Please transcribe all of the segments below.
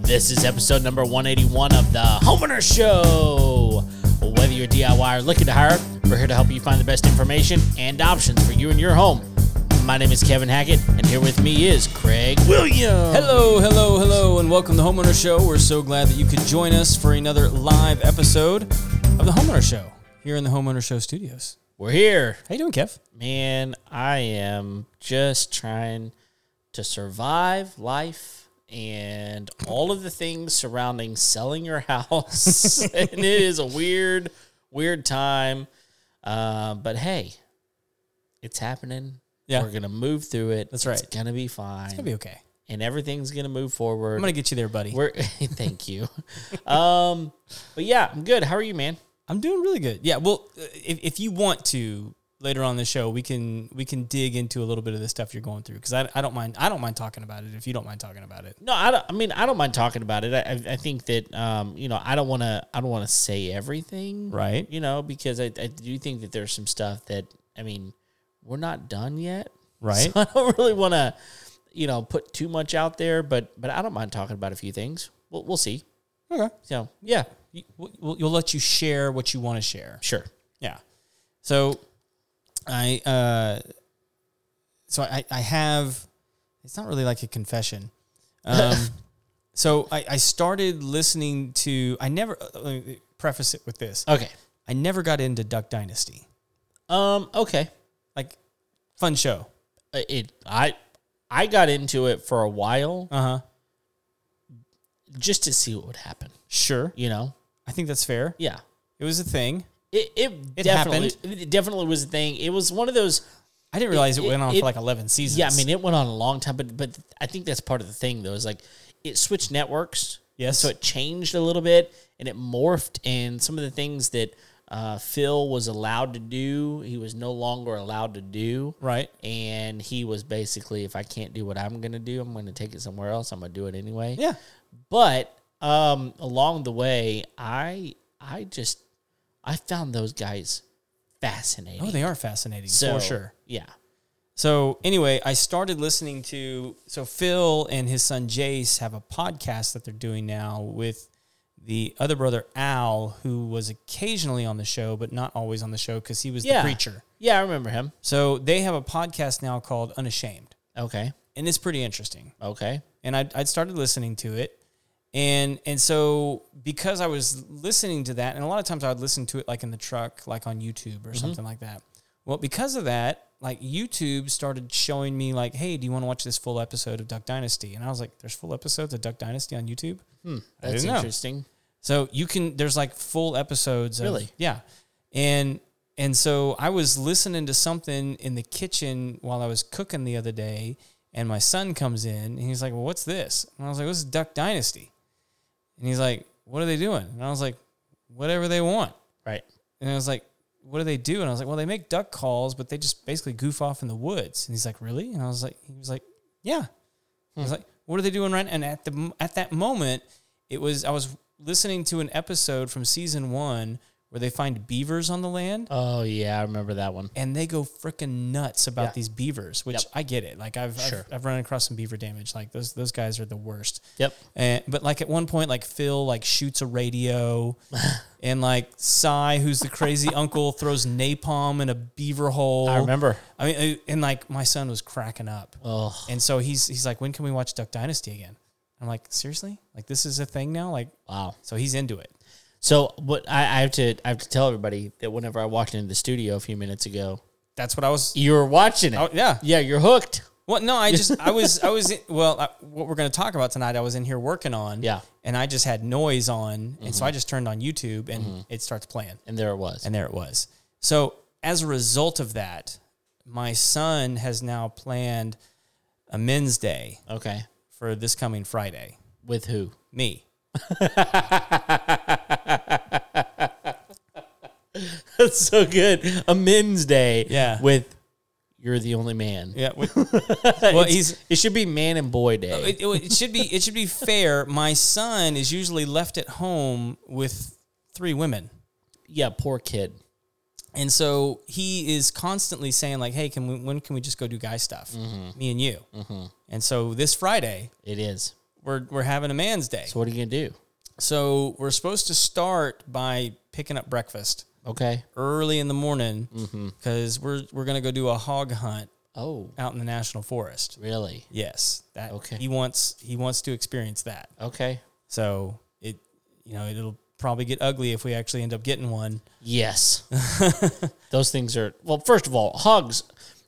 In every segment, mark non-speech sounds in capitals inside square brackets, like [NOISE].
This is episode number 181 of the Homeowner Show. Whether you're a DIY or looking to hire, we're here to help you find the best information and options for you and your home. My name is Kevin Hackett, and here with me is Craig Williams. Hello, hello, hello, and welcome to the Homeowner Show. We're so glad that you could join us for another live episode of the Homeowner Show here in the Homeowner Show studios. We're here. How you doing, Kev? Man, I am just trying to survive life and all of the things surrounding selling your [LAUGHS] house. [LAUGHS] and it is a weird, weird time. Uh, but hey, it's happening. Yeah. We're going to move through it. That's It's right. going to be fine. It'll be okay. and everything's going to move forward. I'm gonna get you there, buddy. We're, [LAUGHS] thank [LAUGHS] you. um, but yeah, I'm good. How are you, man? I'm doing really good. Yeah. Well, uh, if, if you want to later on in the show, we can we can dig into a little bit of the stuff you're going through because I, I don't mind I don't mind talking about it if you don't mind talking about it. No, I, don't, I mean I don't mind talking about it. I, I, I think that um, you know I don't want to I don't want to say everything, Right. You know because I, I do think that there's some stuff that I mean we're not done yet, [LAUGHS] Right. So I don't really want to you know put too much out there, but but I don't mind talking about a few things. We'll we'll see. Okay. So Yeah. You, we'll, you'll let you share what you want to share. sure, Yeah. So I uh so I, I have it's not really like a confession. [LAUGHS] Um so I, I started listening to I never uh, let me preface it with this. okay, I never got into Duck Dynasty. um, okay. Like fun show. Uh, It I I got into it for a while Uh-huh. just to see what would happen. Sure. You know, I think that's fair. yeah. It was a thing. It it, It definitely it definitely was a thing. It was one of those. I didn't realize it, it- went on it- for like 11 seasons. Yeah, I mean, it went on a long time, but but I think that's part of the thing though. Is like it switched networks. Yes. so it changed a little bit and it morphed, and some of the things that uh, Phil was allowed to do, he was no longer allowed to do. right. And he was basically, if I can't do what I'm gonna do, I'm gonna take it somewhere else. I'm gonna do it anyway. Yeah. But um, along the way, I I just I found those guys fascinating. Oh, they are fascinating So, for sure. Yeah. So anyway, I started listening to so Phil and his son Jace have a podcast that they're doing now with the other brother Al, who was occasionally on the show, but not always on the show because he was Yeah. the preacher. Yeah, I remember him. So they have a podcast now called Unashamed, Okay. and it's pretty interesting. Okay. And I I started listening to it, and and so because I was listening to that, and a lot of times I would listen to it like in the truck, like on YouTube or something like that. Well, because of that, like YouTube started showing me like, hey, do you want to watch this full episode of Duck Dynasty? And I was like, there's full episodes of Duck Dynasty on YouTube. I That's didn't know. interesting. So you can there's like full episodes. Of, Really? Yeah. And and so I was listening to something in the kitchen while I was cooking the other day, and my son comes in and he's like, "Well, what's this?" And I was like, "This is Duck Dynasty." And he's like, "What are they doing?" And I was like, "Whatever they want." Right. And I was like, "What do they do?" And I was like, "Well, they make duck calls, but they just basically goof off in the woods." And he's like, "Really?" And I was like, "He was like, yeah." I Hmm. was like, "What are they doing right?" And at the at that moment, it was I was listening to an episode from season one where they find beavers on the land. Oh yeah, I remember that one. And they go freaking nuts about Yeah. these beavers, which Yep. I get it. Like I've, Sure. I've I've run across some beaver damage. Like those those guys are the worst. Yep. And, Eh, but like at one point, like Phil like shoots [LAUGHS] a radio, and like Cy, who's the crazy uncle, throws napalm in a beaver hole. I remember. I mean, I- and like my son was cracking up, Oh and so he's he's like, when can we watch Duck Dynasty again? I'm like, seriously? Like this is a thing now? Like, wow. so he's into it. So what I, I have to I have to tell everybody that whenever I walked into the studio a few minutes ago, That's what I was. you were watching it. Oh yeah. Yeah, you're hooked. Well, no, I just I was I [LAUGHS] was well. I, what we're going to talk about tonight, I was in here working on. Yeah. Mm-hmm. And I just had noise on, and so I just turned on YouTube, and it starts playing. And there it was. And there it was. So as a result of that, my son has now planned a men's day okay. for this coming Friday. With who? Me. That's so good. A men's day. Yeah. With you're the only man. Yeah. [LAUGHS] we- well, It's- he's. Oh, it should be man and boy day. It, it should be. It should be fair. My son is usually left at home with three women. yeah, poor kid. And so he is constantly saying like, "Hey, Mm-hmm. can we? When can we just go do guy stuff? Me and you." And so this Friday It is. we're we're having a man's day. So what are you gonna do? So we're supposed to start by picking up breakfast Okay. early in the morning Mm-hmm. because we're we're gonna go do a hog hunt Oh, out in the national forest. really? Yes, that Okay. He wants he wants to experience that. Okay. So it you know it'll probably get ugly if we actually end up getting one. Yes. [LAUGHS] Those things are well. First of all, hogs.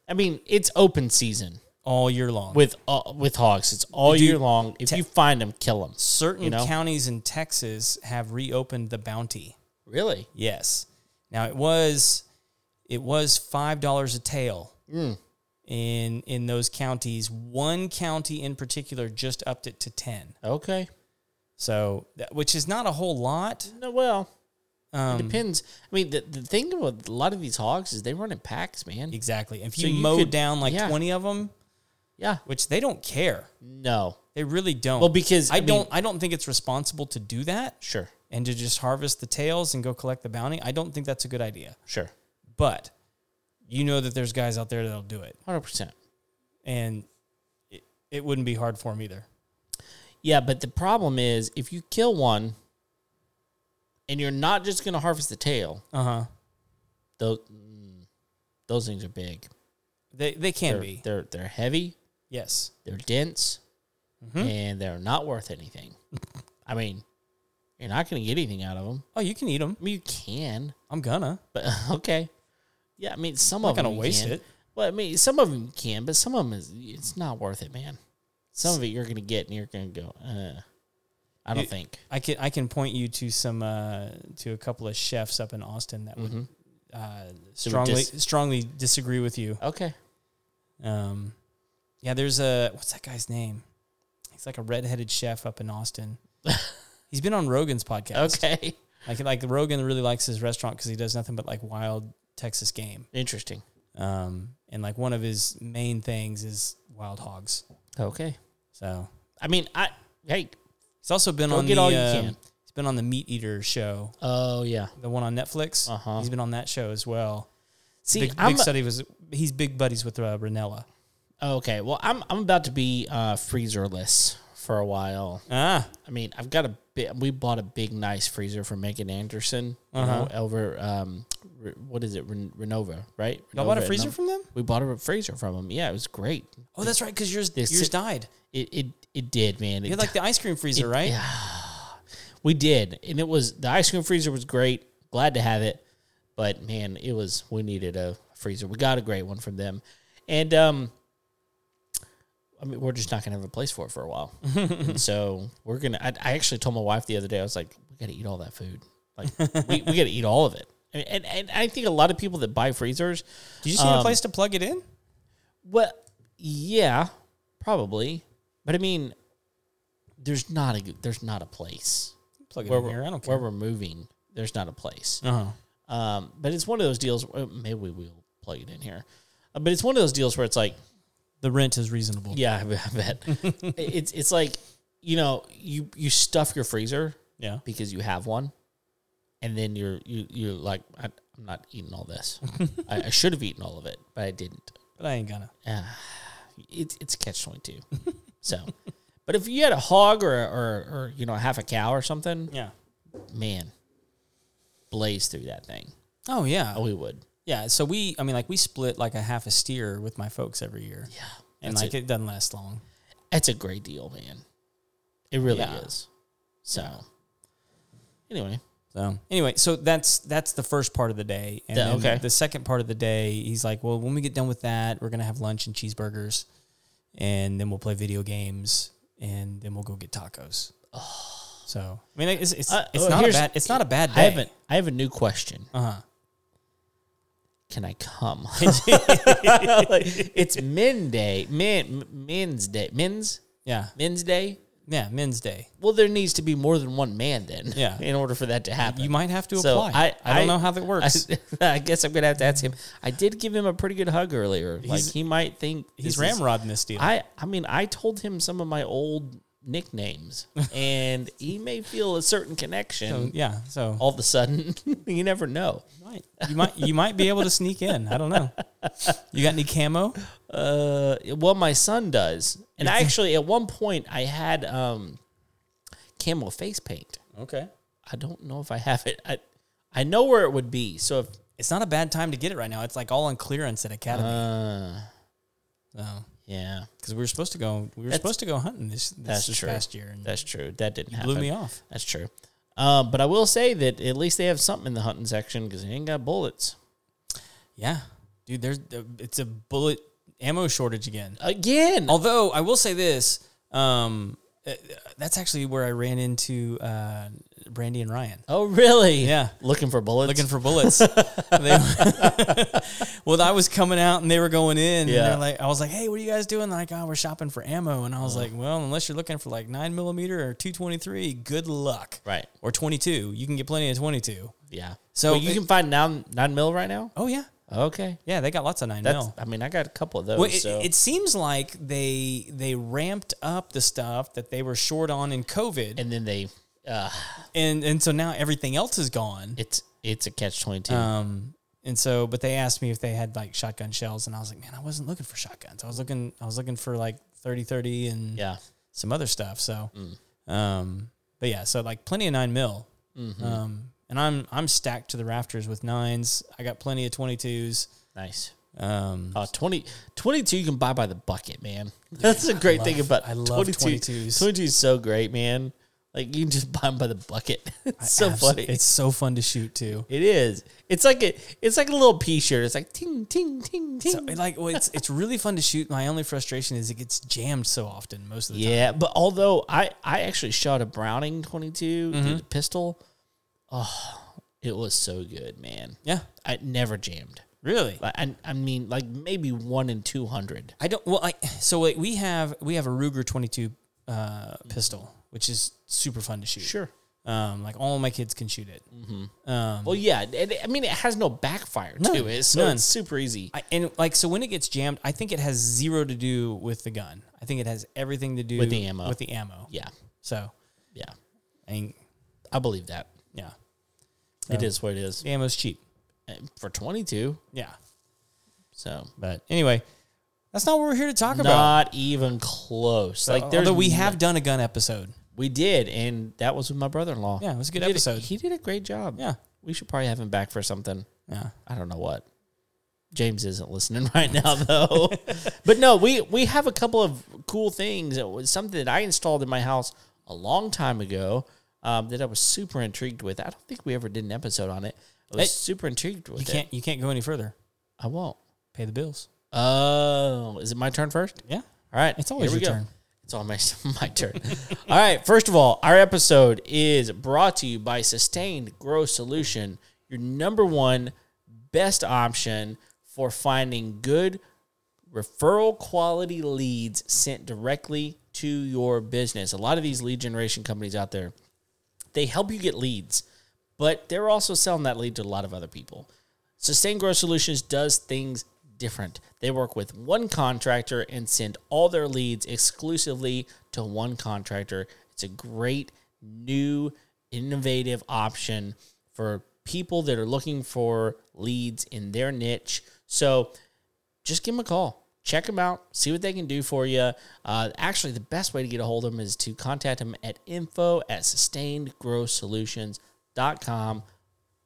I mean, it's open season all year long. with uh, with hogs. It's all Dude, year long. If you find them, kill them. certain you know? counties in Texas have reopened the bounty. Really? Yes. Now it was it was five dollars a tail Mm. in in those counties. One county in particular just upped it to ten. Okay. So that, which is not a whole lot. No, well, Um, it depends. I mean, the, the thing about a lot of these hogs is they run in packs, man. Exactly. If you, you mow could- down like yeah. twenty of them, Yeah. which they don't care. No. They really don't. Well, because I, I mean- don't I don't think it's responsible to do that Sure. and to just harvest the tails and go collect the bounty. I don't think that's a good idea. Sure. but you know that there's guys out there that'll do it, Hundred percent. and it, it wouldn't be hard for them either. Yeah, but the problem is if you kill one, and you're not just going to harvest the tail. Uh huh. Those mm, those things are big. They they can They're be they're, they're heavy. yes. they're dense Mm-hmm. and they're not worth anything. I mean, you're not going to get anything out of them. Oh, you can eat them. I mean, you can, I'm gonna. but [LAUGHS] okay. Yeah, I mean, some of gonna them Oh, you waste can. it. Well, I mean, some of them you can, but some of them is it's not worth it, man. Some of it you're going to get and you're going to go, uh, I don't It- think. I can I can point you to some uh, to a couple of chefs up in Austin that would uh, strongly dis- strongly disagree with you. Okay. Um, yeah, there's a what's that guy's name? He's like a redheaded chef up [LAUGHS] in Austin. He's been on Rogan's podcast. Okay. [LAUGHS] Like like Rogan really likes his restaurant because he does nothing but like wild Texas game. Interesting. Um, and like one of his main things is wild hogs. Okay. So I mean, I, hey, he's also been Go on get the all you um, can. he's been on the Meat Eater show, oh, yeah. the one on Netflix. Uh-huh. He's been on that show as well. See, big, I'm, big study was he's big buddies with uh, Ranella. okay. Well, I'm, I'm about to be uh, freezerless for a while. Ah, I mean, I've got a bit. We bought a big, nice freezer for Megan Anderson. You know, Uh-huh. over um, Re- what is it, Ren- Renova, right? y'all bought a Renova at freezer Nov- from them? We bought a freezer from them. Yeah, it was great. Oh, that's right, because yours This- yours died. It it it did, man. It You had like the ice cream freezer, right? Yeah. we did, and it was the ice cream freezer was great. Glad to have it, but man, it was we needed a freezer. We got a great one from them, and um, I mean, we're just not gonna have a place for it for a while, and so we're gonna. I, I actually told my wife the other day, I was like, we gotta eat all that food, like we, we gotta eat all of it. And, and, and I think a lot of people that buy freezers, Did you just need a place to plug it in? well, yeah, probably, but I mean, there's not a there's not a place Plug it where in here. we're, I don't where care. we're moving, there's not a place. Uh huh. Um, but it's one of those deals. uh, Maybe we will plug it in here. Uh, but it's one of those deals where it's like, The rent is reasonable. yeah, [LAUGHS] I bet- I [LAUGHS] bet it's it's like you know you you stuff your freezer Yeah. because you have one, and then you're you you're like I, I'm not eating all [LAUGHS] this. I, I should have eaten all of it, but I didn't. But I ain't gonna. Ah, It's it's catch twenty two. [LAUGHS] so, but if you had a hog or, a- or or you know half a cow or something, Yeah. man, blaze through that thing. Oh yeah. Oh, we would. Yeah, so we, I mean, like we split like a half a steer with my folks every year. Yeah, and that's like it. doesn't last long. That's a great deal, man. It really Yeah. is. So, anyway, So anyway, so that's that's the first part of the day, and Yeah, then okay. the second part of the day, he's like, well, when we get done with that, we're gonna have lunch and cheeseburgers, and then we'll play video games, and then we'll go [SIGHS] get tacos. So I mean, it's it's, Uh, it's well, not a here's- bad it's not a bad I day. have an, I have a new question. Uh-huh. Can I [LAUGHS] come? [LAUGHS] [LAUGHS] Like, it's men day, men men's day, men's Yeah, men's day. yeah, Men's Day. Well, there needs to be more than one man then, Yeah. [LAUGHS] in order for that to happen. You might have to Uh, So apply. I, don't know how that works. [LAUGHS] I, I guess I'm gonna have to ask him. I did give him a pretty good hug earlier. like He's- he might think he's this is- ramrodding this deal. I I mean I told him some of my old [LAUGHS] nicknames, and he may feel a certain So, connection. yeah. So All of a sudden, [LAUGHS] you never know. might. you might you might be able to sneak in. I [LAUGHS] don't know. You got any camo? Uh, well, my son does, and [LAUGHS] I actually at one point I had um, camel face paint. Okay. I don't know if I have it. I I know where it would be. So if It's not a bad time to get it right now. It's like all on clearance at Academy. uh, so yeah, because we were supposed to go, we were Uh-huh. That's- supposed to go hunting this this, that's this true. past year, and that's true. That didn't happen. blew me off. That's true. Uh, but I will say that at least they have something in the hunting section because they ain't got bullets Yeah, dude. There's uh, it's a bullet ammo shortage again. again. Although I will say this, um, uh, that's actually where I ran into uh, Brandy and Ryan. Oh, really? Yeah. Looking for bullets. looking for [LAUGHS] bullets. they, [LAUGHS] well, I was coming out and they were going in. And Yeah. they're like, I was like, hey, what are you guys doing? They're like, oh, we're shopping for ammo. And I was like, well, unless you're looking for like nine millimeter or 223, good luck. right. Or 22. You can get plenty of 22. Yeah. So So you it- can find nine nine mil right now. Oh, yeah. Okay. Yeah, they got lots of nine That's. mil. I mean, I got a couple of those. Well, it, so it seems like they they ramped up the stuff that they were short on in COVID, and and then they, uh, and, so now everything else is gone. it's it's a catch twenty two. Um, and so, but they asked me if they had like shotgun shells, and I was like, man, I wasn't looking for shotguns. I was looking, I was looking for like 30 30 and yeah. Mm. some other stuff. So, um, but yeah, so like plenty of nine mil. Mm-hmm. Um, and I'm, I'm stacked to the rafters with nines. I got plenty of 22s. Nice. Um, Uh, 20, 22 you can buy by the bucket, man. That's a great thing about I love 22s. 22 is so great, man. Like you can just buy them by the bucket. [LAUGHS] It's so abs- funny. It's so fun to shoot too. [LAUGHS] It is. It's like a it's like a little pea shirt. It's like ting ting ting ting. So, like, well, it's, it's really fun to shoot. My only frustration is it gets jammed so often most of the time. yeah, but although I I actually shot a Browning 22 Mm-hmm. dude, pistol. Oh, it was so good, man. Yeah. I never jammed. Really? Like I, I mean like maybe 1 in 200. I don't. Well, I so like we have we have a Ruger 22 uh, pistol, which is super fun to shoot. Sure. Mm-hmm. Um, like all my kids can shoot it. Um, Well, yeah, and I mean it has no backfire to None. it. So None. it's super easy. I, and like so when it gets jammed, I think it has zero to do with the gun. I think it has everything to do With the ammo. With the ammo. Yeah. So Yeah. I mean, I believe that. yeah, It is what it is. the ammo's cheap. And For 22. Yeah. So But anyway, that's not what we're here to talk about. not even close. Like there's Although we have done a gun episode. We did, and that was with my brother-in-law. Yeah, it was a good He did episode. he did a great job. Yeah. we should probably have him back for something. Yeah. I don't know what. James isn't listening [LAUGHS] right now [LAUGHS] though. but no, we we have a couple of cool things. It was something that I installed in my house a long time ago um, that I was super intrigued with. I don't think we ever did an episode on it. I was Hey, super intrigued with You it. can't you can't go any further. I won't. Pay the bills. Oh, is it my turn first? Yeah. All right. It's always here we your go. turn. It's almost my [LAUGHS] turn. all right. First of all, our episode is brought to you by Sustained Growth Solution, your number one best option for finding good referral quality leads sent directly to your business. A lot of these lead generation companies out there, they help you get leads, but they're also selling that lead to a lot of other people. Sustained Growth Solutions does things different. They work with one contractor and send all their leads exclusively to one contractor. It's a great new innovative option for people that are looking for leads in their niche. So just give them a call. Check them out, see what they can do for you. Uh, actually, the best way to get a hold of them is to contact them at info at sustainedgrowthsolutions.com.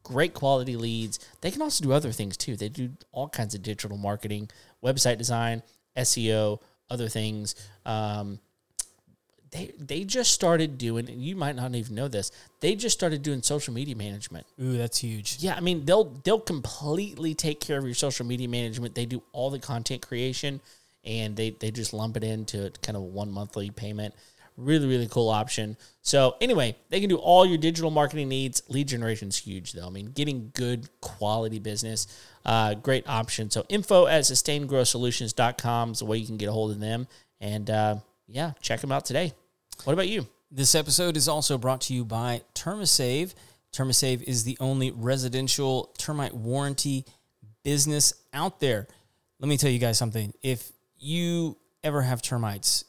Great quality leads. They can also do other things too. They do all kinds of digital marketing, website design, SEO, other things. Um, they, they just started doing, and you might not even know this, they just started doing social media management. Ooh, that's huge. Yeah, I mean they'll they'll completely take care of your social media management. They do all the content creation, and they they just lump it into kind of one monthly payment. Really, really cool option. So anyway, they can do all your digital marketing needs. Lead generation's huge though. I mean, getting good quality business, uh, great option. So info at sustainedgrowthsolutions.com is the way you can get a hold of them. And uh, yeah, check them out today. What about you? This episode is also brought to you by Termasave. Termasave is the only residential termite warranty business out there. Let me tell you guys something. If you ever have termites,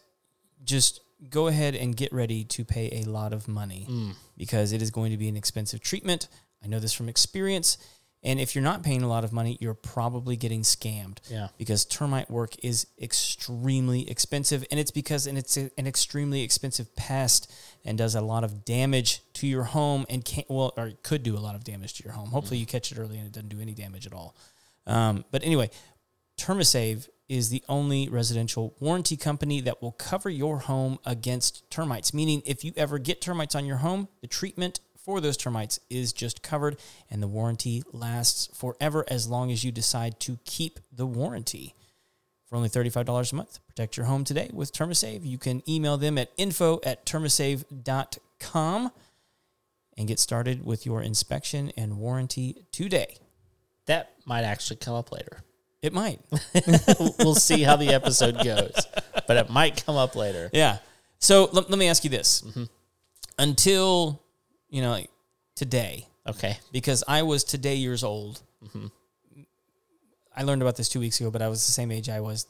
just go ahead and get ready to pay a lot of money because it is going to be an expensive treatment. I know this from experience. And if you're not paying a lot of money, you're probably getting scammed. Yeah. Because termite work is extremely expensive, and it's because and it's a- an extremely expensive pest and does a lot of damage to your home and can not well or it could do a lot of damage to your home. Hopefully, you catch it early and it doesn't do any damage at all. Um, but anyway, Termisave is the only residential warranty company that will cover your home against termites, meaning if you ever get termites on your home, the treatment for those termites is just covered and the warranty lasts forever as long as you decide to keep the warranty. For only $35 a month, protect your home today with Termisave. You can email them at info at termisave.com and get started with your inspection and warranty today. That might actually come up later. It might. we'll see how the episode goes, but it might come up later. Yeah. So let, let me ask you this. Mm-hmm. Until, you know, like today, Okay. because I was today years old, Mm-hmm. I learned about this two weeks ago, but I was the same age I was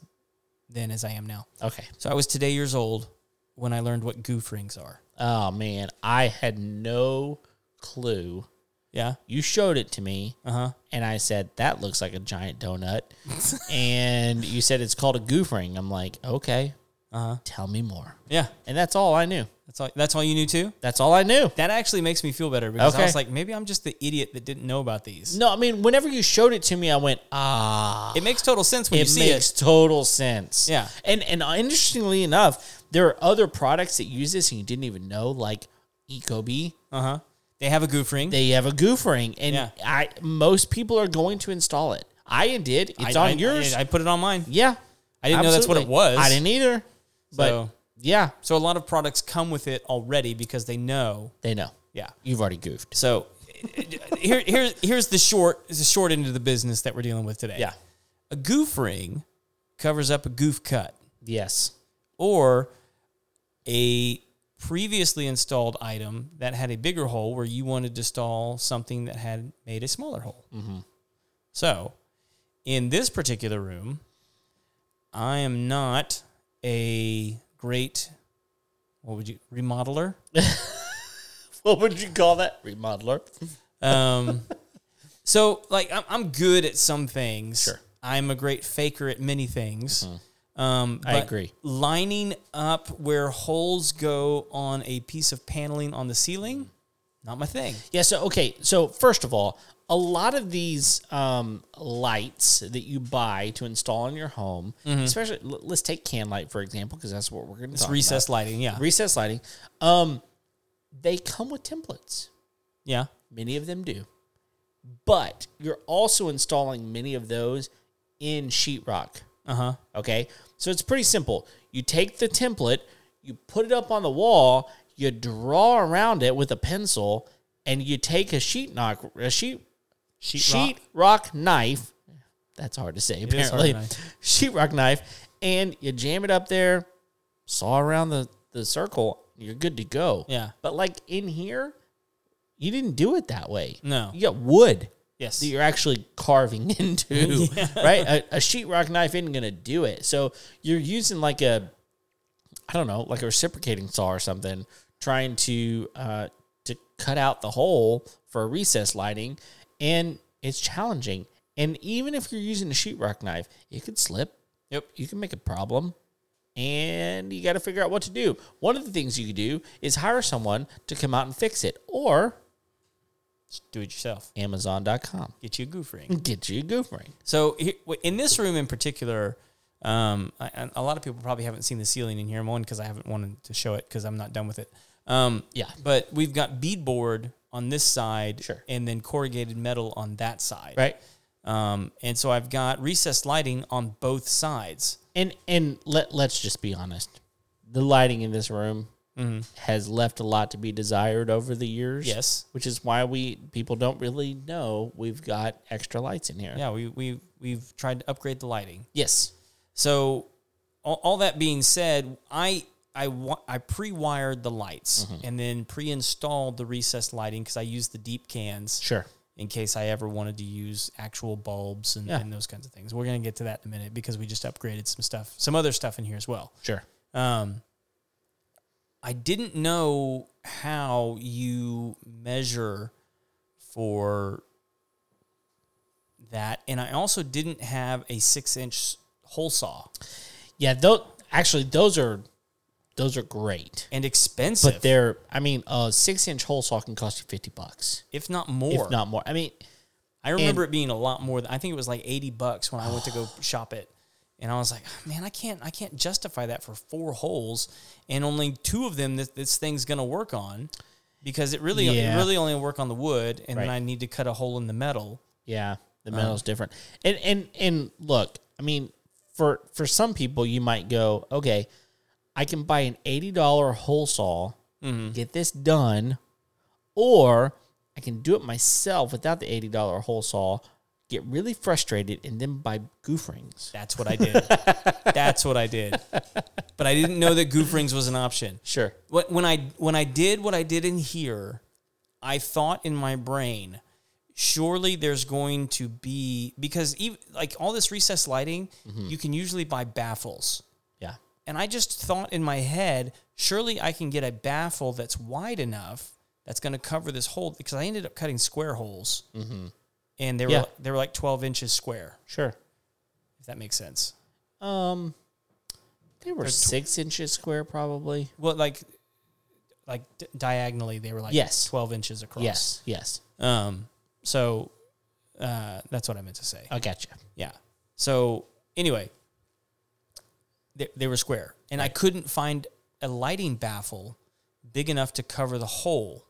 then as I am now. Okay. So I was today years old when I learned what goof rings are. Oh man, I had no clue. Yeah. You showed it to me, Uh huh. and I said that looks like a giant donut, [LAUGHS] and you said it's called a goof ring. I'm like, okay, Uh huh. tell me more. Yeah. And that's all I knew. That's all. That's all you knew too. That's all I knew. That actually makes me feel better because I Okay. was like, maybe I'm just the idiot that didn't know about these. No, I mean, whenever you showed it to me, I went, ah, It makes total sense when you it see makes total sense. Yeah. And and interestingly enough, there are other products that use this and you didn't even know, like Ecobee. it. Uh huh. They have a goof ring. They have a goof ring, and Yeah. I most people are going to install it. I did. It's I- on I- yours. I, I put it on mine. yeah. I didn't know that's what it was. I didn't either. But So- yeah, So a lot of products come with it already because they know. they know. Yeah. You've already goofed. So here, here, here's the short, is the short end of the business that we're dealing with today. Yeah. A goof ring covers up a goof cut Yes. [LAUGHS] or a previously installed item that had a bigger hole where you wanted to install something that had made a smaller hole. So in this particular room, I am not a great, what would you, remodeler? What would you call that? Remodeler. Um, so like I'm, I'm good at some things. Sure. Mm-hmm. I'm a great faker at many things. Um, I but agree. Lining up where holes go on a piece of paneling on the ceiling, not my thing. Yeah. So okay. So first of all, a lot of these um, lights that you buy to install in your home, Mm-hmm. especially l- let's take can light for example, because that's what we're going to talk Recessed lighting, yeah, about. Recess lighting. Um, they come with templates. yeah, Many of them do, but you're also installing many of those in sheetrock. uh huh, Okay. So it's pretty simple. You take the template, you put it up on the wall, you draw around it with a pencil, and you take a sheet knock a sheet sheet, sheet rock knife. That's hard to say is hard apparently. to [LAUGHS] Sheet rock knife and you jam it up there, saw around the the circle, you're good to go. yeah, But like in here, you didn't do it that way. No. You got wood yes, that you're actually carving [LAUGHS] [LAUGHS] into, right? A, a sheetrock knife isn't going to do it. So you're using like a, I don't know, like a reciprocating saw or something, trying to uh, to cut out the hole for recess lighting, and it's challenging. And even if you're using a sheetrock knife, it could slip. Yep. you can make a problem. And you got to figure out what to do. One of the things you could do is hire someone to come out and fix it, or Just do it yourself. Amazon.com Get you a goof ring. get you a goof ring. So he- w- in this room in particular, um, I- and a lot of people probably haven't seen the ceiling in here. One because I haven't wanted to show it because I'm not done with it. Um, Yeah. but we've got beadboard on this side, Sure. and then corrugated metal on that side, right? Um, and so I've got recessed lighting on both sides. And and let let's just be honest, the lighting in this room Mm-hmm. has left a lot to be desired over the years. Yes. which is why we people don't really know we've got extra lights in here. Yeah, we we we've tried to upgrade the lighting. Yes. So, all, all that being said, I I wa- I pre-wired the lights Mm-hmm. and then pre-installed the recessed lighting because I used the deep cans. Sure. in case I ever wanted to use actual bulbs and, Yeah. and those kinds of things. We're going to get to that in a minute because we just upgraded some stuff, some other stuff in here as well. Sure. Um, I didn't know how you measure for that, and I also didn't have a six inch hole saw Yeah, though actually those are those are great. and expensive, But they're I mean, a six inch hole saw can cost you fifty bucks. if not more. If not more. I mean I remember it being a lot more. Than, I think it was like eighty bucks when I went to [SIGHS] go shop it, and I was like, "Ah, man, I can't, I can't justify that for four holes and only two of them that this thing's gonna work on, because it really, Yeah. it really only work on the wood, and then Right. I need to cut a hole in the metal. Yeah, the metal's different. And and and look, I mean, for for some people, you might go, okay, I can buy an eighty dollar hole saw, get this done, or I can do it myself without the eighty dollar hole saw. Get really frustrated and then buy goof rings. That's what [LAUGHS] I did. That's what I did. But I didn't know that goof rings was an option. Sure. Wh- when I when I did what I did in here, I thought in my brain, surely there's going to be because even like all this recessed lighting, Mm-hmm. you can usually buy baffles. Yeah. And I just thought in my head, surely I can get a baffle that's wide enough that's going to cover this hole because I ended up cutting square holes, and they were Mm-hmm. Yeah. they were like twelve inches square. Sure. If that makes sense. Um, they were six inches square, probably. Well, like like d- diagonally, they were like Yes. twelve inches across. Yes. Yes. Um, so uh, that's what I meant to say. I gotcha. Yeah. So anyway, they, they were square, and I couldn't find a lighting baffle big enough to cover the hole.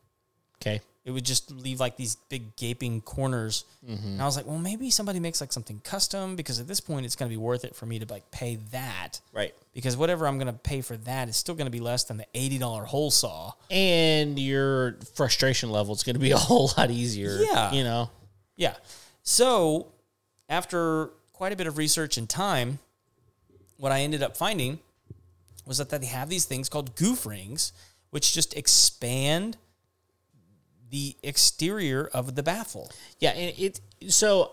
Okay. It would just leave like these big gaping corners. And I was like, well, maybe somebody makes like something custom because at this point it's going to be worth it for me to like pay that. Right. Because whatever I'm going to pay for that is still going to be less than the $80 hole saw. and your frustration level is going to be [LAUGHS] a whole lot easier. Yeah. you know, Yeah. So after quite a bit of research and time, what I ended up finding was that they have these things called goof rings, which just expand the exterior of the baffle. yeah. And it so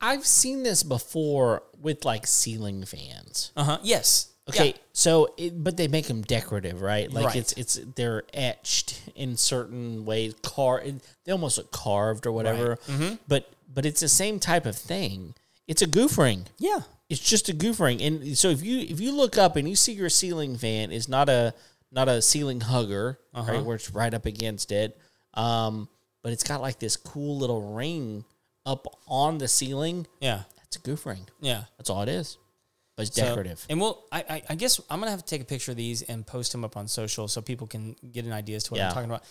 I've seen this before with like ceiling fans. Uh huh. Yes. Uh-huh. Okay, Yeah. so it, but they make them decorative, right? Like Right. it's it's they're etched in certain ways, car they almost look carved or whatever. Mm-hmm. But but it's the same type of thing. It's a goof ring. Yeah. it's just a goof ring. And so if you if you look up and you see your ceiling fan is not a not a ceiling hugger, right, where it's right up against it, um, but it's got like this cool little ring up on the ceiling. Yeah. That's a goof ring. Yeah. That's all it is. But it's So- decorative. and we'll, I, I, I guess I'm gonna have to take a picture of these and post them up on social so people can get an idea as to what Yeah. I'm talking about.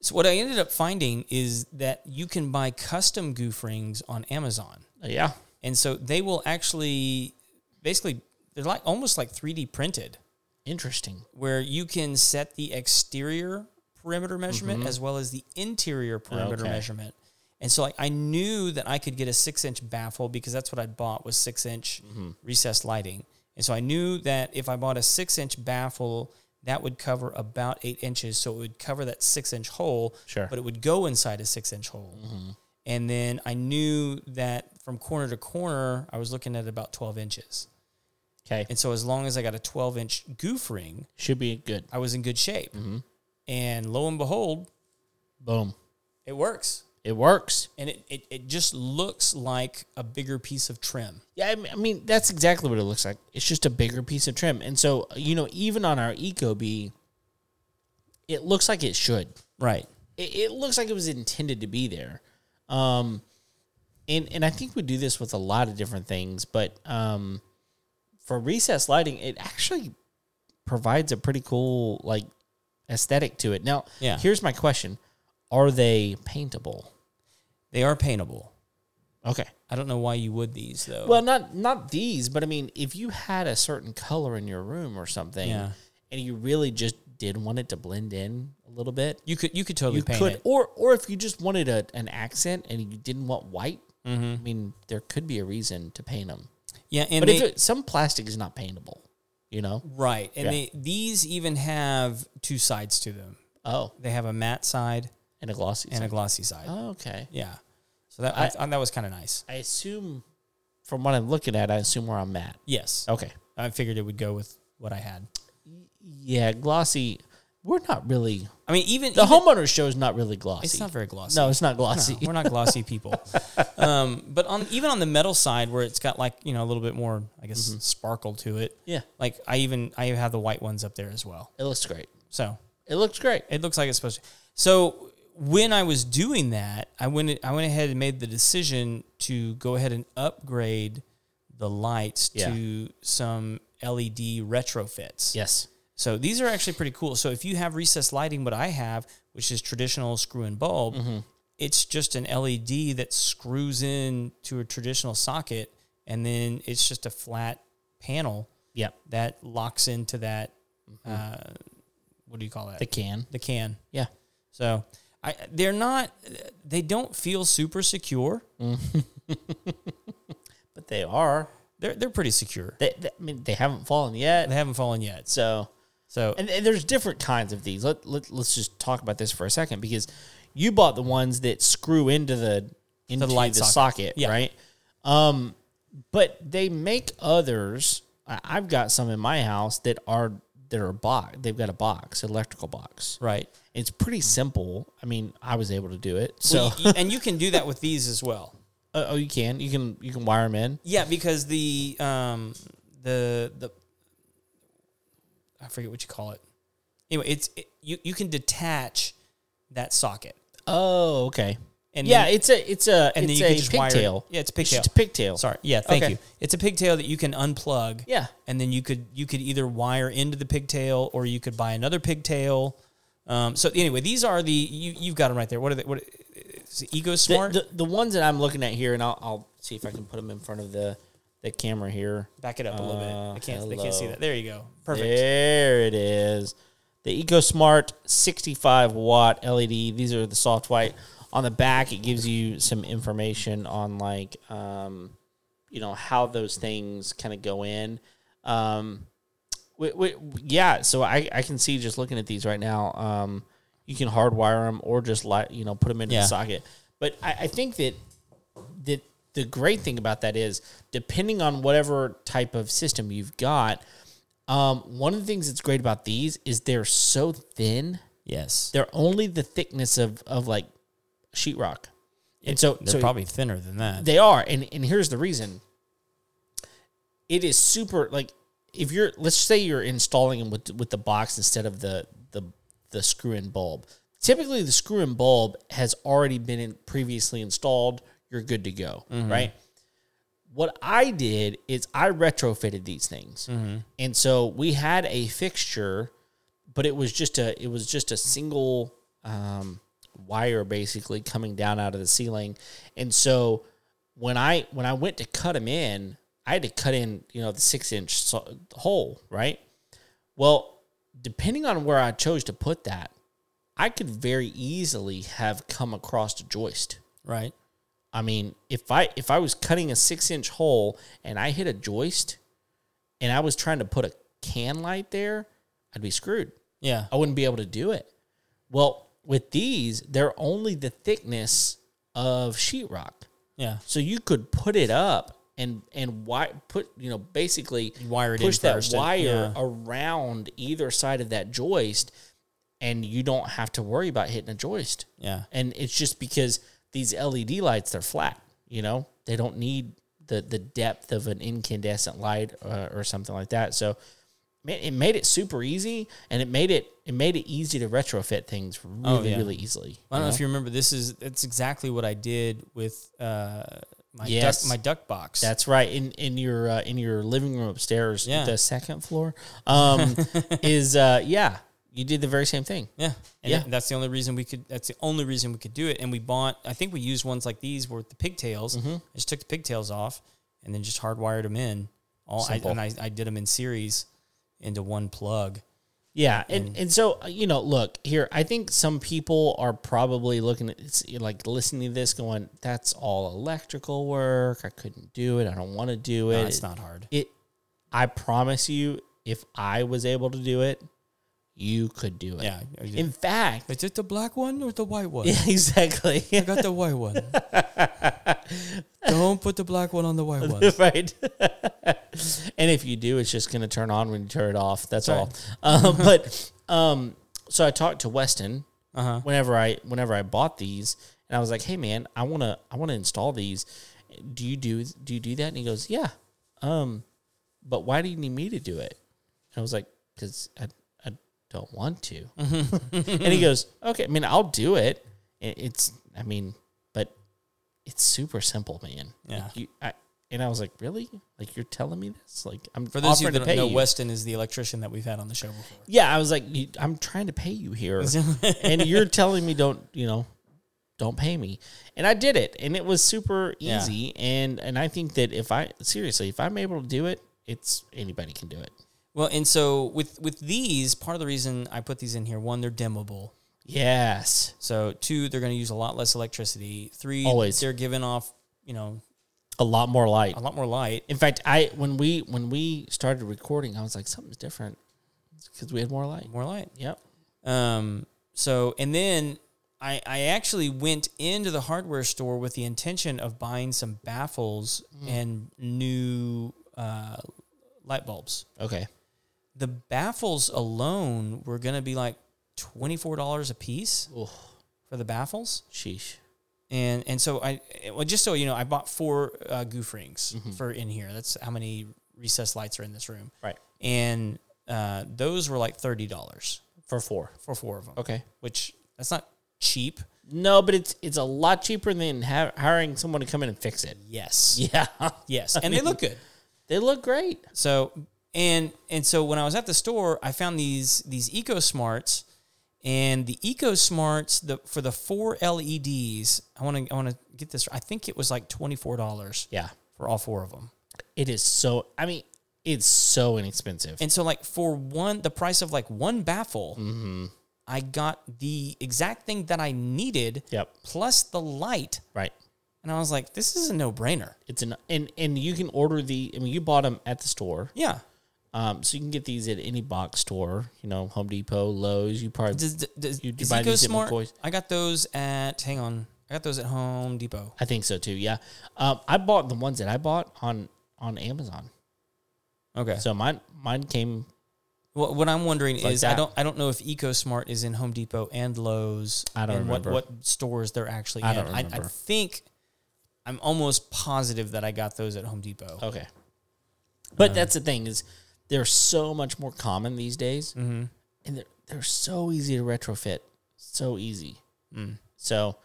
So what I ended up finding is that you can buy custom goof rings on Amazon. yeah. and so they will actually basically they're like almost like 3d printed Interesting. where you can set the exterior perimeter measurement as well as the interior perimeter Mm-hmm. Okay. measurement and so like i knew that i could get a six inch baffle because that's what i bought was six inch Mm-hmm. recessed lighting and so i knew that if i bought a six inch baffle that would cover about eight inches so it would cover that six inch hole Sure. Mm-hmm. but it would go inside a six inch hole and then i knew that from corner to corner i was looking at about 12 inches Okay. and so as long as i got a 12 inch goof ring Should be good. I was in good shape. And lo and behold, Boom. it works. It works. And it, it, it just looks like a bigger piece of trim. Yeah, I mean- I mean that's exactly what it looks like. It's just a bigger piece of trim, and so you know, even on our Eco Bee, it looks like it should. Right. it, it looks like it was intended to be there. Um, and and I think we do this with a lot of different things, but um, for recess lighting, it actually provides a pretty cool like aesthetic to it. Now, Yeah. here's my question: Are they paintable? They are paintable. Okay. I don't know why you would these though. Well, not not these, but I mean, if you had a certain color in your room or something, Yeah. and you really just did want it to blend in a little bit, you could you could totally you paint could, it. or or if you just wanted a, an accent and you didn't want white, I mean, there could be a reason to paint them. Yeah, Mm-hmm. and But they, if it, some plastic is not paintable, you know. right. And Yeah. they, these even have two sides to them. Oh, They have a matte side and a glossy. and a glossy side. oh, okay. Yeah. So that I, thought that was kind of nice. I assume, from what I'm looking at, I assume where I'm at. Yes. Okay. I figured it would go with what I had. Yeah, glossy. we're not really I mean, even the even- homeowner show is not really glossy. It's not very glossy. no, it's not glossy. No, we're not glossy people. um, but on even on the metal side, where it's got like you know a little bit more, I guess, sparkle to it. Yeah, Like I even I have the white ones up there as well. it looks great. So It looks great. it looks like it's supposed to. So when I was doing that, I went I went ahead and made the decision to go ahead and upgrade the lights Yeah. to some LED retrofits. Yes. So these are actually pretty cool. So if you have recessed lighting, what I have, which is traditional screw and bulb, Mm-hmm. it's just an LED that screws in to a traditional socket, and then it's just a flat panel Yep. that locks into that. Uh, what do you call that? Mm-hmm. The can. the can. Yeah. So I they're not they don't feel super secure. But they are. They're they're pretty secure. They, they- I mean, they haven't fallen yet. They haven't fallen yet. So, So and, and there's different kinds of these. Let, let let's just talk about this for a second because you bought the ones that screw into the into the, light socket. socket, Yeah. right? Um, but they make others. I, I've got some in my house that are that are box. They've got a box, electrical box. right. It's pretty simple. I mean, I was able to do it. So, Well, you- and you can do that with these as well. oh, oh, you can you can you can wire them in. Yeah, because the um the the I forget what you call it. Anyway, it's it, you you can detach that socket. Oh, okay. And yeah, then, it's a it's a and it's then you a can just pigtail. wire it. Yeah, It's it's a pigtail. just a pigtail. Sorry. Yeah, thank Okay. you. It's a pigtail that you can unplug. Yeah. And then you could you could either wire into the pigtail or you could buy another pigtail. Um, so anyway, these are the you you've got them right there. What are they? What is it Ego The, Smart? the the ones that I'm looking at here, and I'll, I'll see if I can put them in front of the the camera here. Back it up a little bit. Uh, I can't they can't see hello. that. There you go. Perfect. There it is. The EcoSmart 65 watt LED. These are the soft white. On the back, it gives you some information on like, um, you know, how those things kind of go in. Um, wi- wi- yeah, so I, I can see just looking at these right now. Um, you can hardwire them or just light, you know, put them into Yeah. the socket. But I, I think that the the great thing about that is depending on whatever type of system you've got um, one of the things that's great about these is they're so thin Yes. they're only the thickness of of like sheetrock and so, They're so probably thinner than that. they are and and here's the reason it is super like if you're let's say you're installing them with with the box instead of the the the screw in bulb typically the screw in bulb has already been in, previously installed you're good to go right what i did is i retrofitted these things and so we had a fixture but it was just a it was just a single um, wire basically coming down out of the ceiling and so when i when i went to cut them in i had to cut in you know the six inch so- hole right well depending on where i chose to put that i could very easily have come across a joist right. I mean, if I if I was cutting a six inch hole and I hit a joist, and I was trying to put a can light there, I'd be screwed. Yeah. I wouldn't be able to do it. Well, with these, they're only the thickness of sheetrock, Yeah. so you could put it up and and wi- put you know basically Wire it in push that first and- wire yeah. around either side of that joist, and you don't have to worry about hitting a joist Yeah. and it's just because these LED lights they're flat. You know, they don't need the the depth of an incandescent light uh, or something like that. So, man, it made it super easy, and it made it it made it easy to retrofit things really Oh, yeah. really easily. I don't know if you remember. This is that's exactly what I did with uh, my Yes. duck, my duck box. That's right. In in your uh, in your living room upstairs, Yeah. the second floor, [LAUGHS] um, is uh, yeah. You did the very same thing. yeah, and Yeah. that's the only reason we could. That's the only reason we could do it. And we bought. I think we used ones like these with the pigtails. Mm-hmm. I just took the pigtails off and then just hardwired them in. All I, Simple. and I, I did them in series into one plug. Yeah, and and so uh, you know, look here. I think some people are probably looking at it's, like listening to this, going, "That's all electrical work. I couldn't do it. I don't want to do it." No, it's not hard. It. I promise you, if I was able to do it, you could do it. Yeah. In fact, Is it the black one or the white [LAUGHS] one? yeah, [LAUGHS] exactly. I got the white one. Don't put the black one on [LAUGHS] the white one. right. and if you do, it's just going to turn on when you turn it off. That's That's all. Um, [LAUGHS] but um, so I talked to Weston Uh-huh. whenever I whenever I bought these, and I was like, "Hey man, I wanna I wanna install these. Do you do do you do that?" And he goes, "Yeah, um, but why do you need me to do it?" And I was like, "Cause I I don't want to." and he goes, "Okay, I mean I'll do it. And It's I mean, but it's super simple, man. Yeah. Like you, I, and I was like, really? Like you're telling me this? Like I'm For those of you offering that to don't pay know, you. Weston is the electrician that we've had on the show before. Yeah, I was like, you, I'm trying to pay you [LAUGHS] here, and you're telling me don't, you know, don't pay me. And I did it, and it was super Yeah. easy. And and I think that if I seriously, if I'm able to do it, it's anybody can do it. Well, and so with with these, part of the reason I put these in here, one, they're dimmable. Yes, So two, they're going to use a lot less electricity. Three, Always. they're giving off you know a lot more light. a lot more light. In fact, I when we when we started recording, I was like, something's different because we had more light. More light. Yep. Um, so, and then I, I actually went into the hardware store with the intention of buying some baffles and new uh, light bulbs. Okay. The baffles alone were going to be like $24 a piece Oof. for the baffles. Sheesh. And, and so I, well, just so you know, I bought four uh, goof rings for in here. That's how many recessed lights are in this room. Mm-hmm. Right. And uh, those were like $30 For four. for four of them, Okay. which that's not cheap. No, but it's it's a lot cheaper than ha- hiring someone to come in and fix it. Yes. [LAUGHS] Yeah. Yes, and they [LAUGHS] look good. They look great. So and and so when I was at the store, I found these these Eco Smarts, and the Eco Smarts the for the four LEDs. I want to I want to get this. I think it was like twenty four dollars Yeah. for all four of them. It is so I mean, it's so inexpensive. And so like for one, the price of like one baffle, Mm-hmm. I got the exact thing that I needed. Yep. Plus the light, Right. and I was like, this is a no brainer. It's an and and you can order the I mean you bought them at the store. Yeah. Um so you can get these at any box store, you know, Home Depot, Lowe's, you probably Does, does, You do is buy Eco these at Smart? McCoy's? I got those at. Hang on, I got those at Home Depot. I think so too. Yeah. Um I bought the ones that I bought on on Amazon. Okay. So So mine mine came what, what I'm wondering like is, I that. don't, I don't know if Eco Smart is in Home Depot and Lowe's. I don't and what, remember. what stores they're actually I in. don't I, remember. think I'm almost positive that I got those at Home Depot. Okay. But that's the thing is they're so much more common these days, and they're they're so easy to retrofit, so easy. So,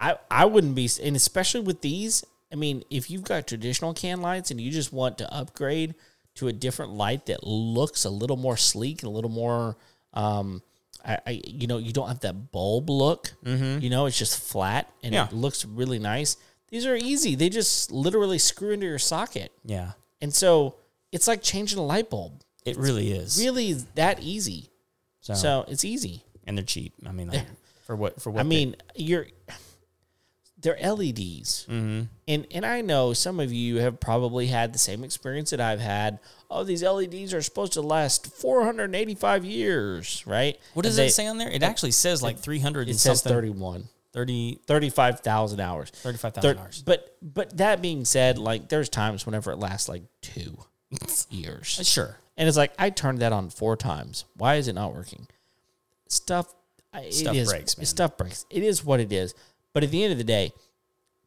I I wouldn't be, and especially with these. I mean, if you've got traditional can lights and you just want to upgrade to a different light that looks a little more sleek and a little more, um, I, I you know you don't have that bulb look. You know, it's just flat and Yeah. it looks really nice. These are easy. They just literally screw into your socket. Yeah, And so it's like changing a light bulb. it really is. Really is that easy. So, So it's easy. and they're cheap. I mean, like, for what? For what? I they- mean, you're they're LEDs. Mm-hmm. And and I know some of you have probably had the same experience that I've had. Oh, these LEDs are supposed to last 485 years, right? what And does they- that say on there? It actually says like 300 It and says something. 31. 30, 35,000 hours. 35,000 Thir- hours. But but that being said, like there's times whenever it lasts like [LAUGHS] 2 years. Sure. And it's like I turned that on four times. Why is it not working? Stuff. I- It Stuff is- breaks, man. Stuff breaks. It is what it is. But at the end of the day,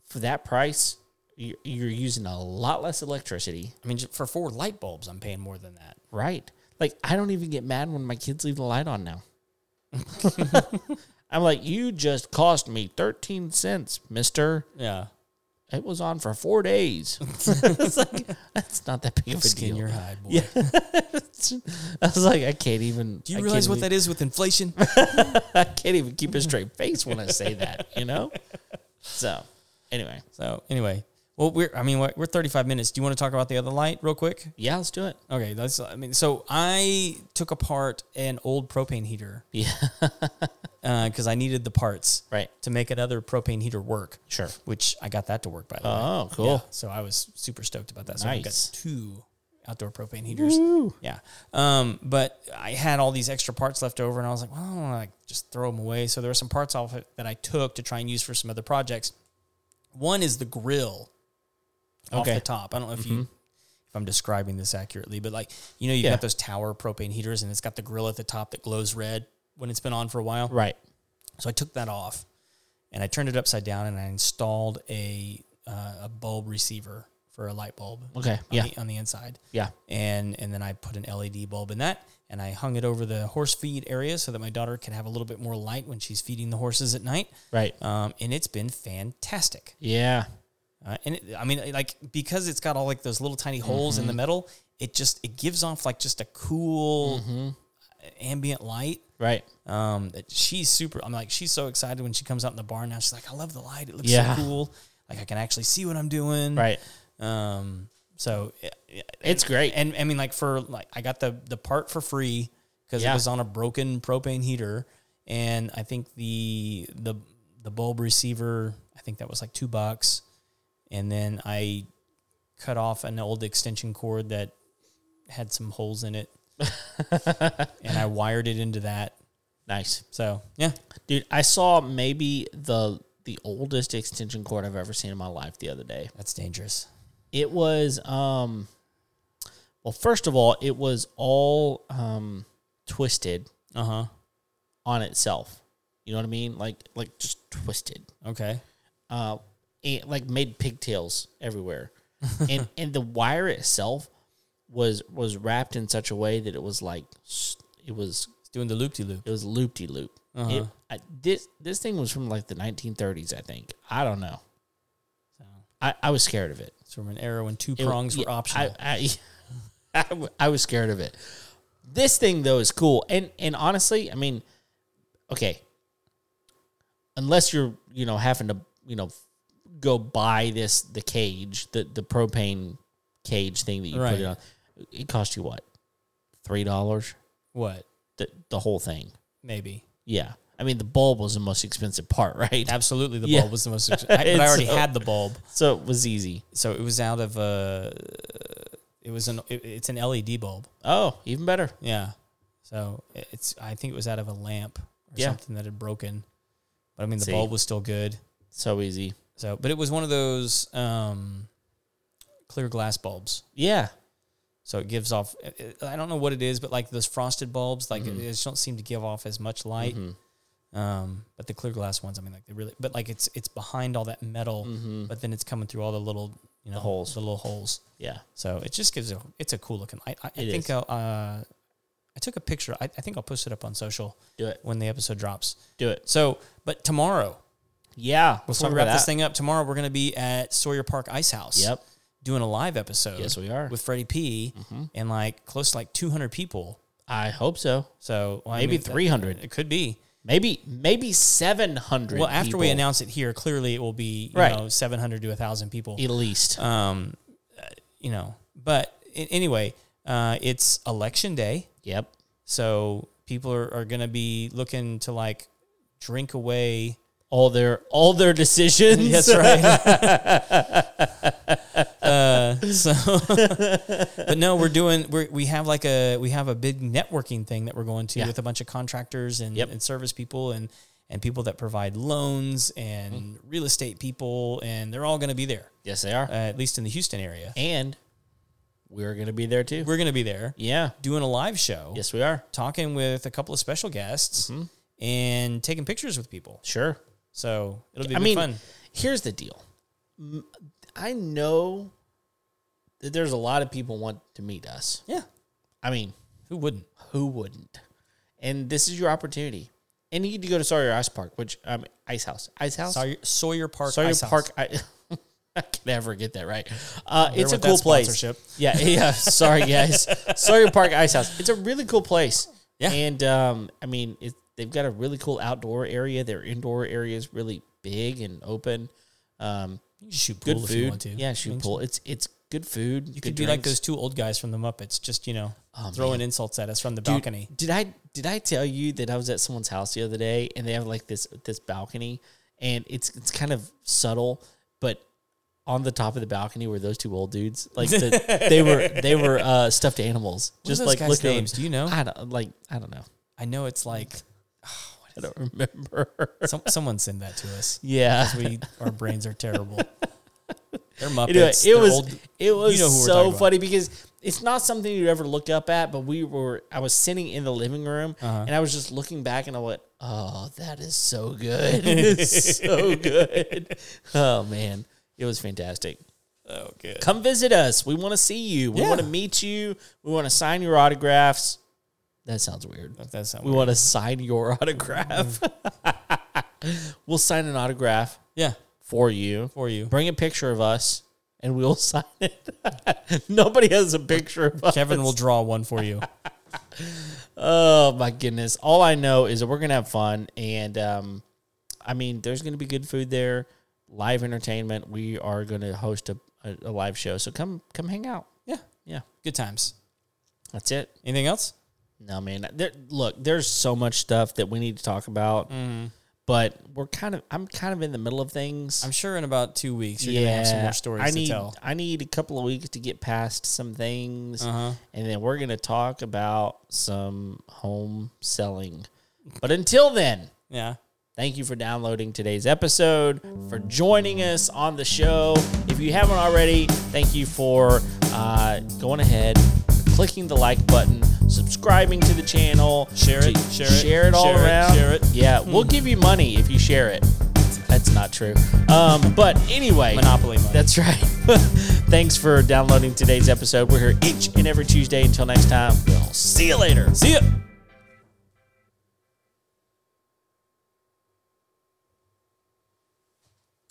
for that price, you're, you're using a lot less electricity, I mean, ju- for four light bulbs, I'm paying more than that. right? Like I don't even get mad when my kids leave the light on now. [LAUGHS] I'm like, you just cost me thirteen cents, Mister. Yeah. It was on for four days. [LAUGHS] it's like that's not that big of a Skin deal. your hide, boy. I was like, I can't even. Do you realize what that? that is with inflation? I can't even keep [LAUGHS] a straight face when I say that, you know? So, anyway, so anyway, well, we're I mean we're, we're 35 minutes. Do you want to talk about the other light real quick? yeah, let's do it. Okay, that's I mean, so I took apart an old propane [LAUGHS] heater Yeah. because I needed the parts Right. to make another propane heater work. Sure. Which I got that to work by the way. Oh, Yeah, cool. so I was super stoked about that. So I Nice. got two outdoor propane heaters. Yeah. Um, but I had all these extra parts left over, and I was like, well, I don't want to like just throw them away. So there were some parts off it that I took to try and use for some other projects. One is the grill off Okay. Mm-hmm. the top. I don't know if you. If I'm describing this accurately, but like you know, you've Yeah. got those tower propane heaters, and it's got the grill at the top that glows red. when it's been on for a while. Right. So I took that off, and I turned it upside down, and I installed a uh, a bulb receiver for a light bulb. Okay. on Yeah. the- on the inside Yeah. and and then I put an LED bulb in that, and I hung it over the horse feed area so that my daughter can have a little bit more light when she's feeding the horses at night. Right. Um, and it's been fantastic. Yeah. Uh, and it, I mean, like because it's got all like those little tiny holes in the Mm-hmm. metal, it just it gives off like just a cool Mm-hmm. ambient light. Right. Um, that she's super. I'm like she's so excited when she comes out in the barn now. She's like, I love the light. It looks Yeah. so cool. Like I can actually see what I'm doing. Right. Um, so it- it- It's great. and I mean, like for like, I got the the part for free because Yeah. it was on a broken propane heater, and I think the the the bulb receiver, I think that was like two bucks, and then I cut off an old extension cord that had some holes [LAUGHS] in it, and I wired it into that. Nice. So yeah, Dude, I saw maybe the the oldest extension cord I've ever seen in my life the other day. that's dangerous. It was um well, first of all, it was all um twisted Uh huh. on itself. You know what I mean? Like like just twisted. Okay. uh, and, like made pigtails [LAUGHS] everywhere, and and the wire itself was was wrapped in such a way that it was like s- it was It's doing the loop de loop. it was loop de loop. Uh-huh. This this thing was from like the 1930s, I think. I don't know. So I, I was scared of it. it's from an era when two It- prongs yeah, were optional. I, [LAUGHS] I, I, w- I was scared of it. This thing though is cool, and and honestly, I mean, okay, unless you're you know having to you know go buy this the cage the the propane cage thing that you put Right. it on, it cost you what three dollars what? the the whole thing. Maybe. Yeah, I mean the bulb was the most expensive part, [LAUGHS] right? Absolutely, the Yeah. bulb was the [LAUGHS] most. Expensive. I, but And I already so- had the bulb, So it was easy. so it was out of uh It was an. It, it's an LED bulb. Oh, even better. Yeah. So it- it's. I think it was out of a lamp or Yeah. something that had broken. But I mean, the See. bulb was still good. So easy. So, but it was one of those um clear glass bulbs. Yeah. So it gives off. it- it- I don't know what it is, but like those frosted bulbs, like Mm-hmm. it, it just don't seem to give off as much light. Mhm. Um, but the clear glass ones, I mean, like they really, but like it's it's behind all that metal, but then it's coming through all the little you know Mm-hmm. holes. the little holes. Yeah. So it just gives a it's a cool looking. I I, I It think is. I'll, uh, I took a picture. I, I think I'll post it up on social Do it. when the episode drops. Do it. So, but tomorrow Yeah. before we wrap this thing up, tomorrow we're gonna be at Sawyer Park Ice House. Yep. doing a live episode. Yes, we are. Mm-hmm. with Freddie P. And like close to like two hundred people. I hope so. So well, I Maybe mean, that- 300. It could be. Maybe maybe 700. Well, after we people announce it here, clearly it will be you Right. know seven hundred to thousand people. at least. Um, uh, you know, but a- anyway, uh, it's election day, yep. so people are, are going to be looking to like drink away. All their all [LAUGHS] their decisions. That's right. [LAUGHS] uh, so, [LAUGHS] but no, we're doing we're, we have like a we have a big networking thing that we're going to Yeah. with a bunch of contractors and, Yep. and service people and and people that provide loans and Mm-hmm. real estate people and they're all going to be there yes, they are. uh, at least in the Houston area. and we're going to be there too. We're going to be there yeah. doing a live show, Yes, Mm-hmm. we are. talking with a couple of special guests and taking pictures with people. Sure. So it'll be I good mean, fun. here's the deal. M- I know that there's a lot of people want to meet us. Yeah, I mean, who wouldn't? who wouldn't? And this is your opportunity. And you need to go to Sawyer Ice Park, which um, Ice House, Ice House, Sawyer, Sawyer Park. Sawyer Ice House. Park. I, [LAUGHS] I can never get that right. Uh, it's a with cool that place. sponsorship. Yeah, [LAUGHS] yeah. Sorry, guys. Sawyer Park Ice House. It's a really cool place. Yeah. and um, I mean, it, they've got a really cool outdoor area. Their indoor area is really big and open. Um, You can shoot pool good if food. you want to. Yeah, shoot pool. It's it's good food. You could be like those two old guys from the Muppets, just you know, throwing insults at us from the balcony. Did I did I tell you that I was at someone's house the other day and they have like this this balcony and it's it's kind of subtle, but on the top of the balcony were those two old dudes. Like the, [LAUGHS] they were they were uh, stuffed animals. are just those like guys' looking at them. names? Do you know? I don't like I don't know. I know it's [LAUGHS] like I don't remember. [LAUGHS] some, someone send that to us. yeah. [LAUGHS] We our brains are terrible. They're Anyway, Muppets. it They're was old- it was you know who we're talking so about. funny because it's not something you'd ever look up at, but we were I was sitting in the living room Uh-huh. and I was just looking back and I went, "Oh, that is so good, [LAUGHS] [LAUGHS] it's so good." Oh man, it was fantastic. Oh, good. Come visit us. We want to see you. We Yeah. want to meet you. We want to sign your autographs. That sounds weird. That's not We want to sign your [LAUGHS] autograph. Mm-hmm. we'll sign an autograph Yeah, for you. for you. Bring a picture of us and we'll [LAUGHS] sign it. Nobody has a picture of us. Kevin will draw one for [LAUGHS] you. Oh my goodness. All I know is that we're going to have fun and um I mean, there's going to be good food there, live entertainment. We are going to host a, a, a live show. So come come hang out. Yeah, Yeah. good times. That's it. Anything else? No, man. There, look, there's so much stuff that we need to talk about, but we're kind of, I'm kind of in the middle of things. I'm sure in about two weeks you're gonna have some more stories I need, to tell. I need a couple of weeks to get past some things, Uh-huh. and then we're gonna talk about some home selling. But until then, Yeah. Thank you for downloading today's episode, for joining us on the show. If you haven't already, thank you for uh, going ahead, clicking the like button, subscribing to the channel, Share it, to share it, share it all share it, around. share it. Hmm. Yeah, we'll give you money if you share it. That's not true. Um, but anyway, Monopoly money. [LAUGHS] That's right. Thanks for downloading today's episode. We're here each and every Tuesday. Until next time, we'll see you later. See ya.